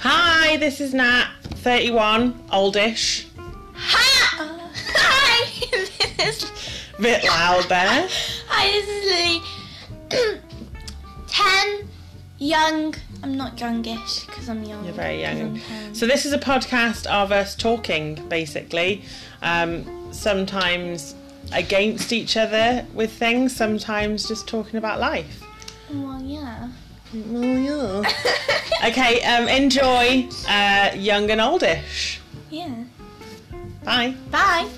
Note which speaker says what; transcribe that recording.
Speaker 1: Hi, this is Nat, 31, oldish,
Speaker 2: Hi! Hi! this is,
Speaker 1: bit loud there.
Speaker 2: hi, this is Lily. Ten, young. I'm not youngish because I'm young.
Speaker 1: You're very
Speaker 2: 'cause
Speaker 1: young.
Speaker 2: I'm ten.
Speaker 1: So this is a podcast of us talking, basically. Um, sometimes against each other with things, sometimes just talking about life.
Speaker 2: Well, yeah.
Speaker 1: okay, um, enjoy uh, young and oldish.
Speaker 2: Yeah.
Speaker 1: Bye.
Speaker 2: Bye.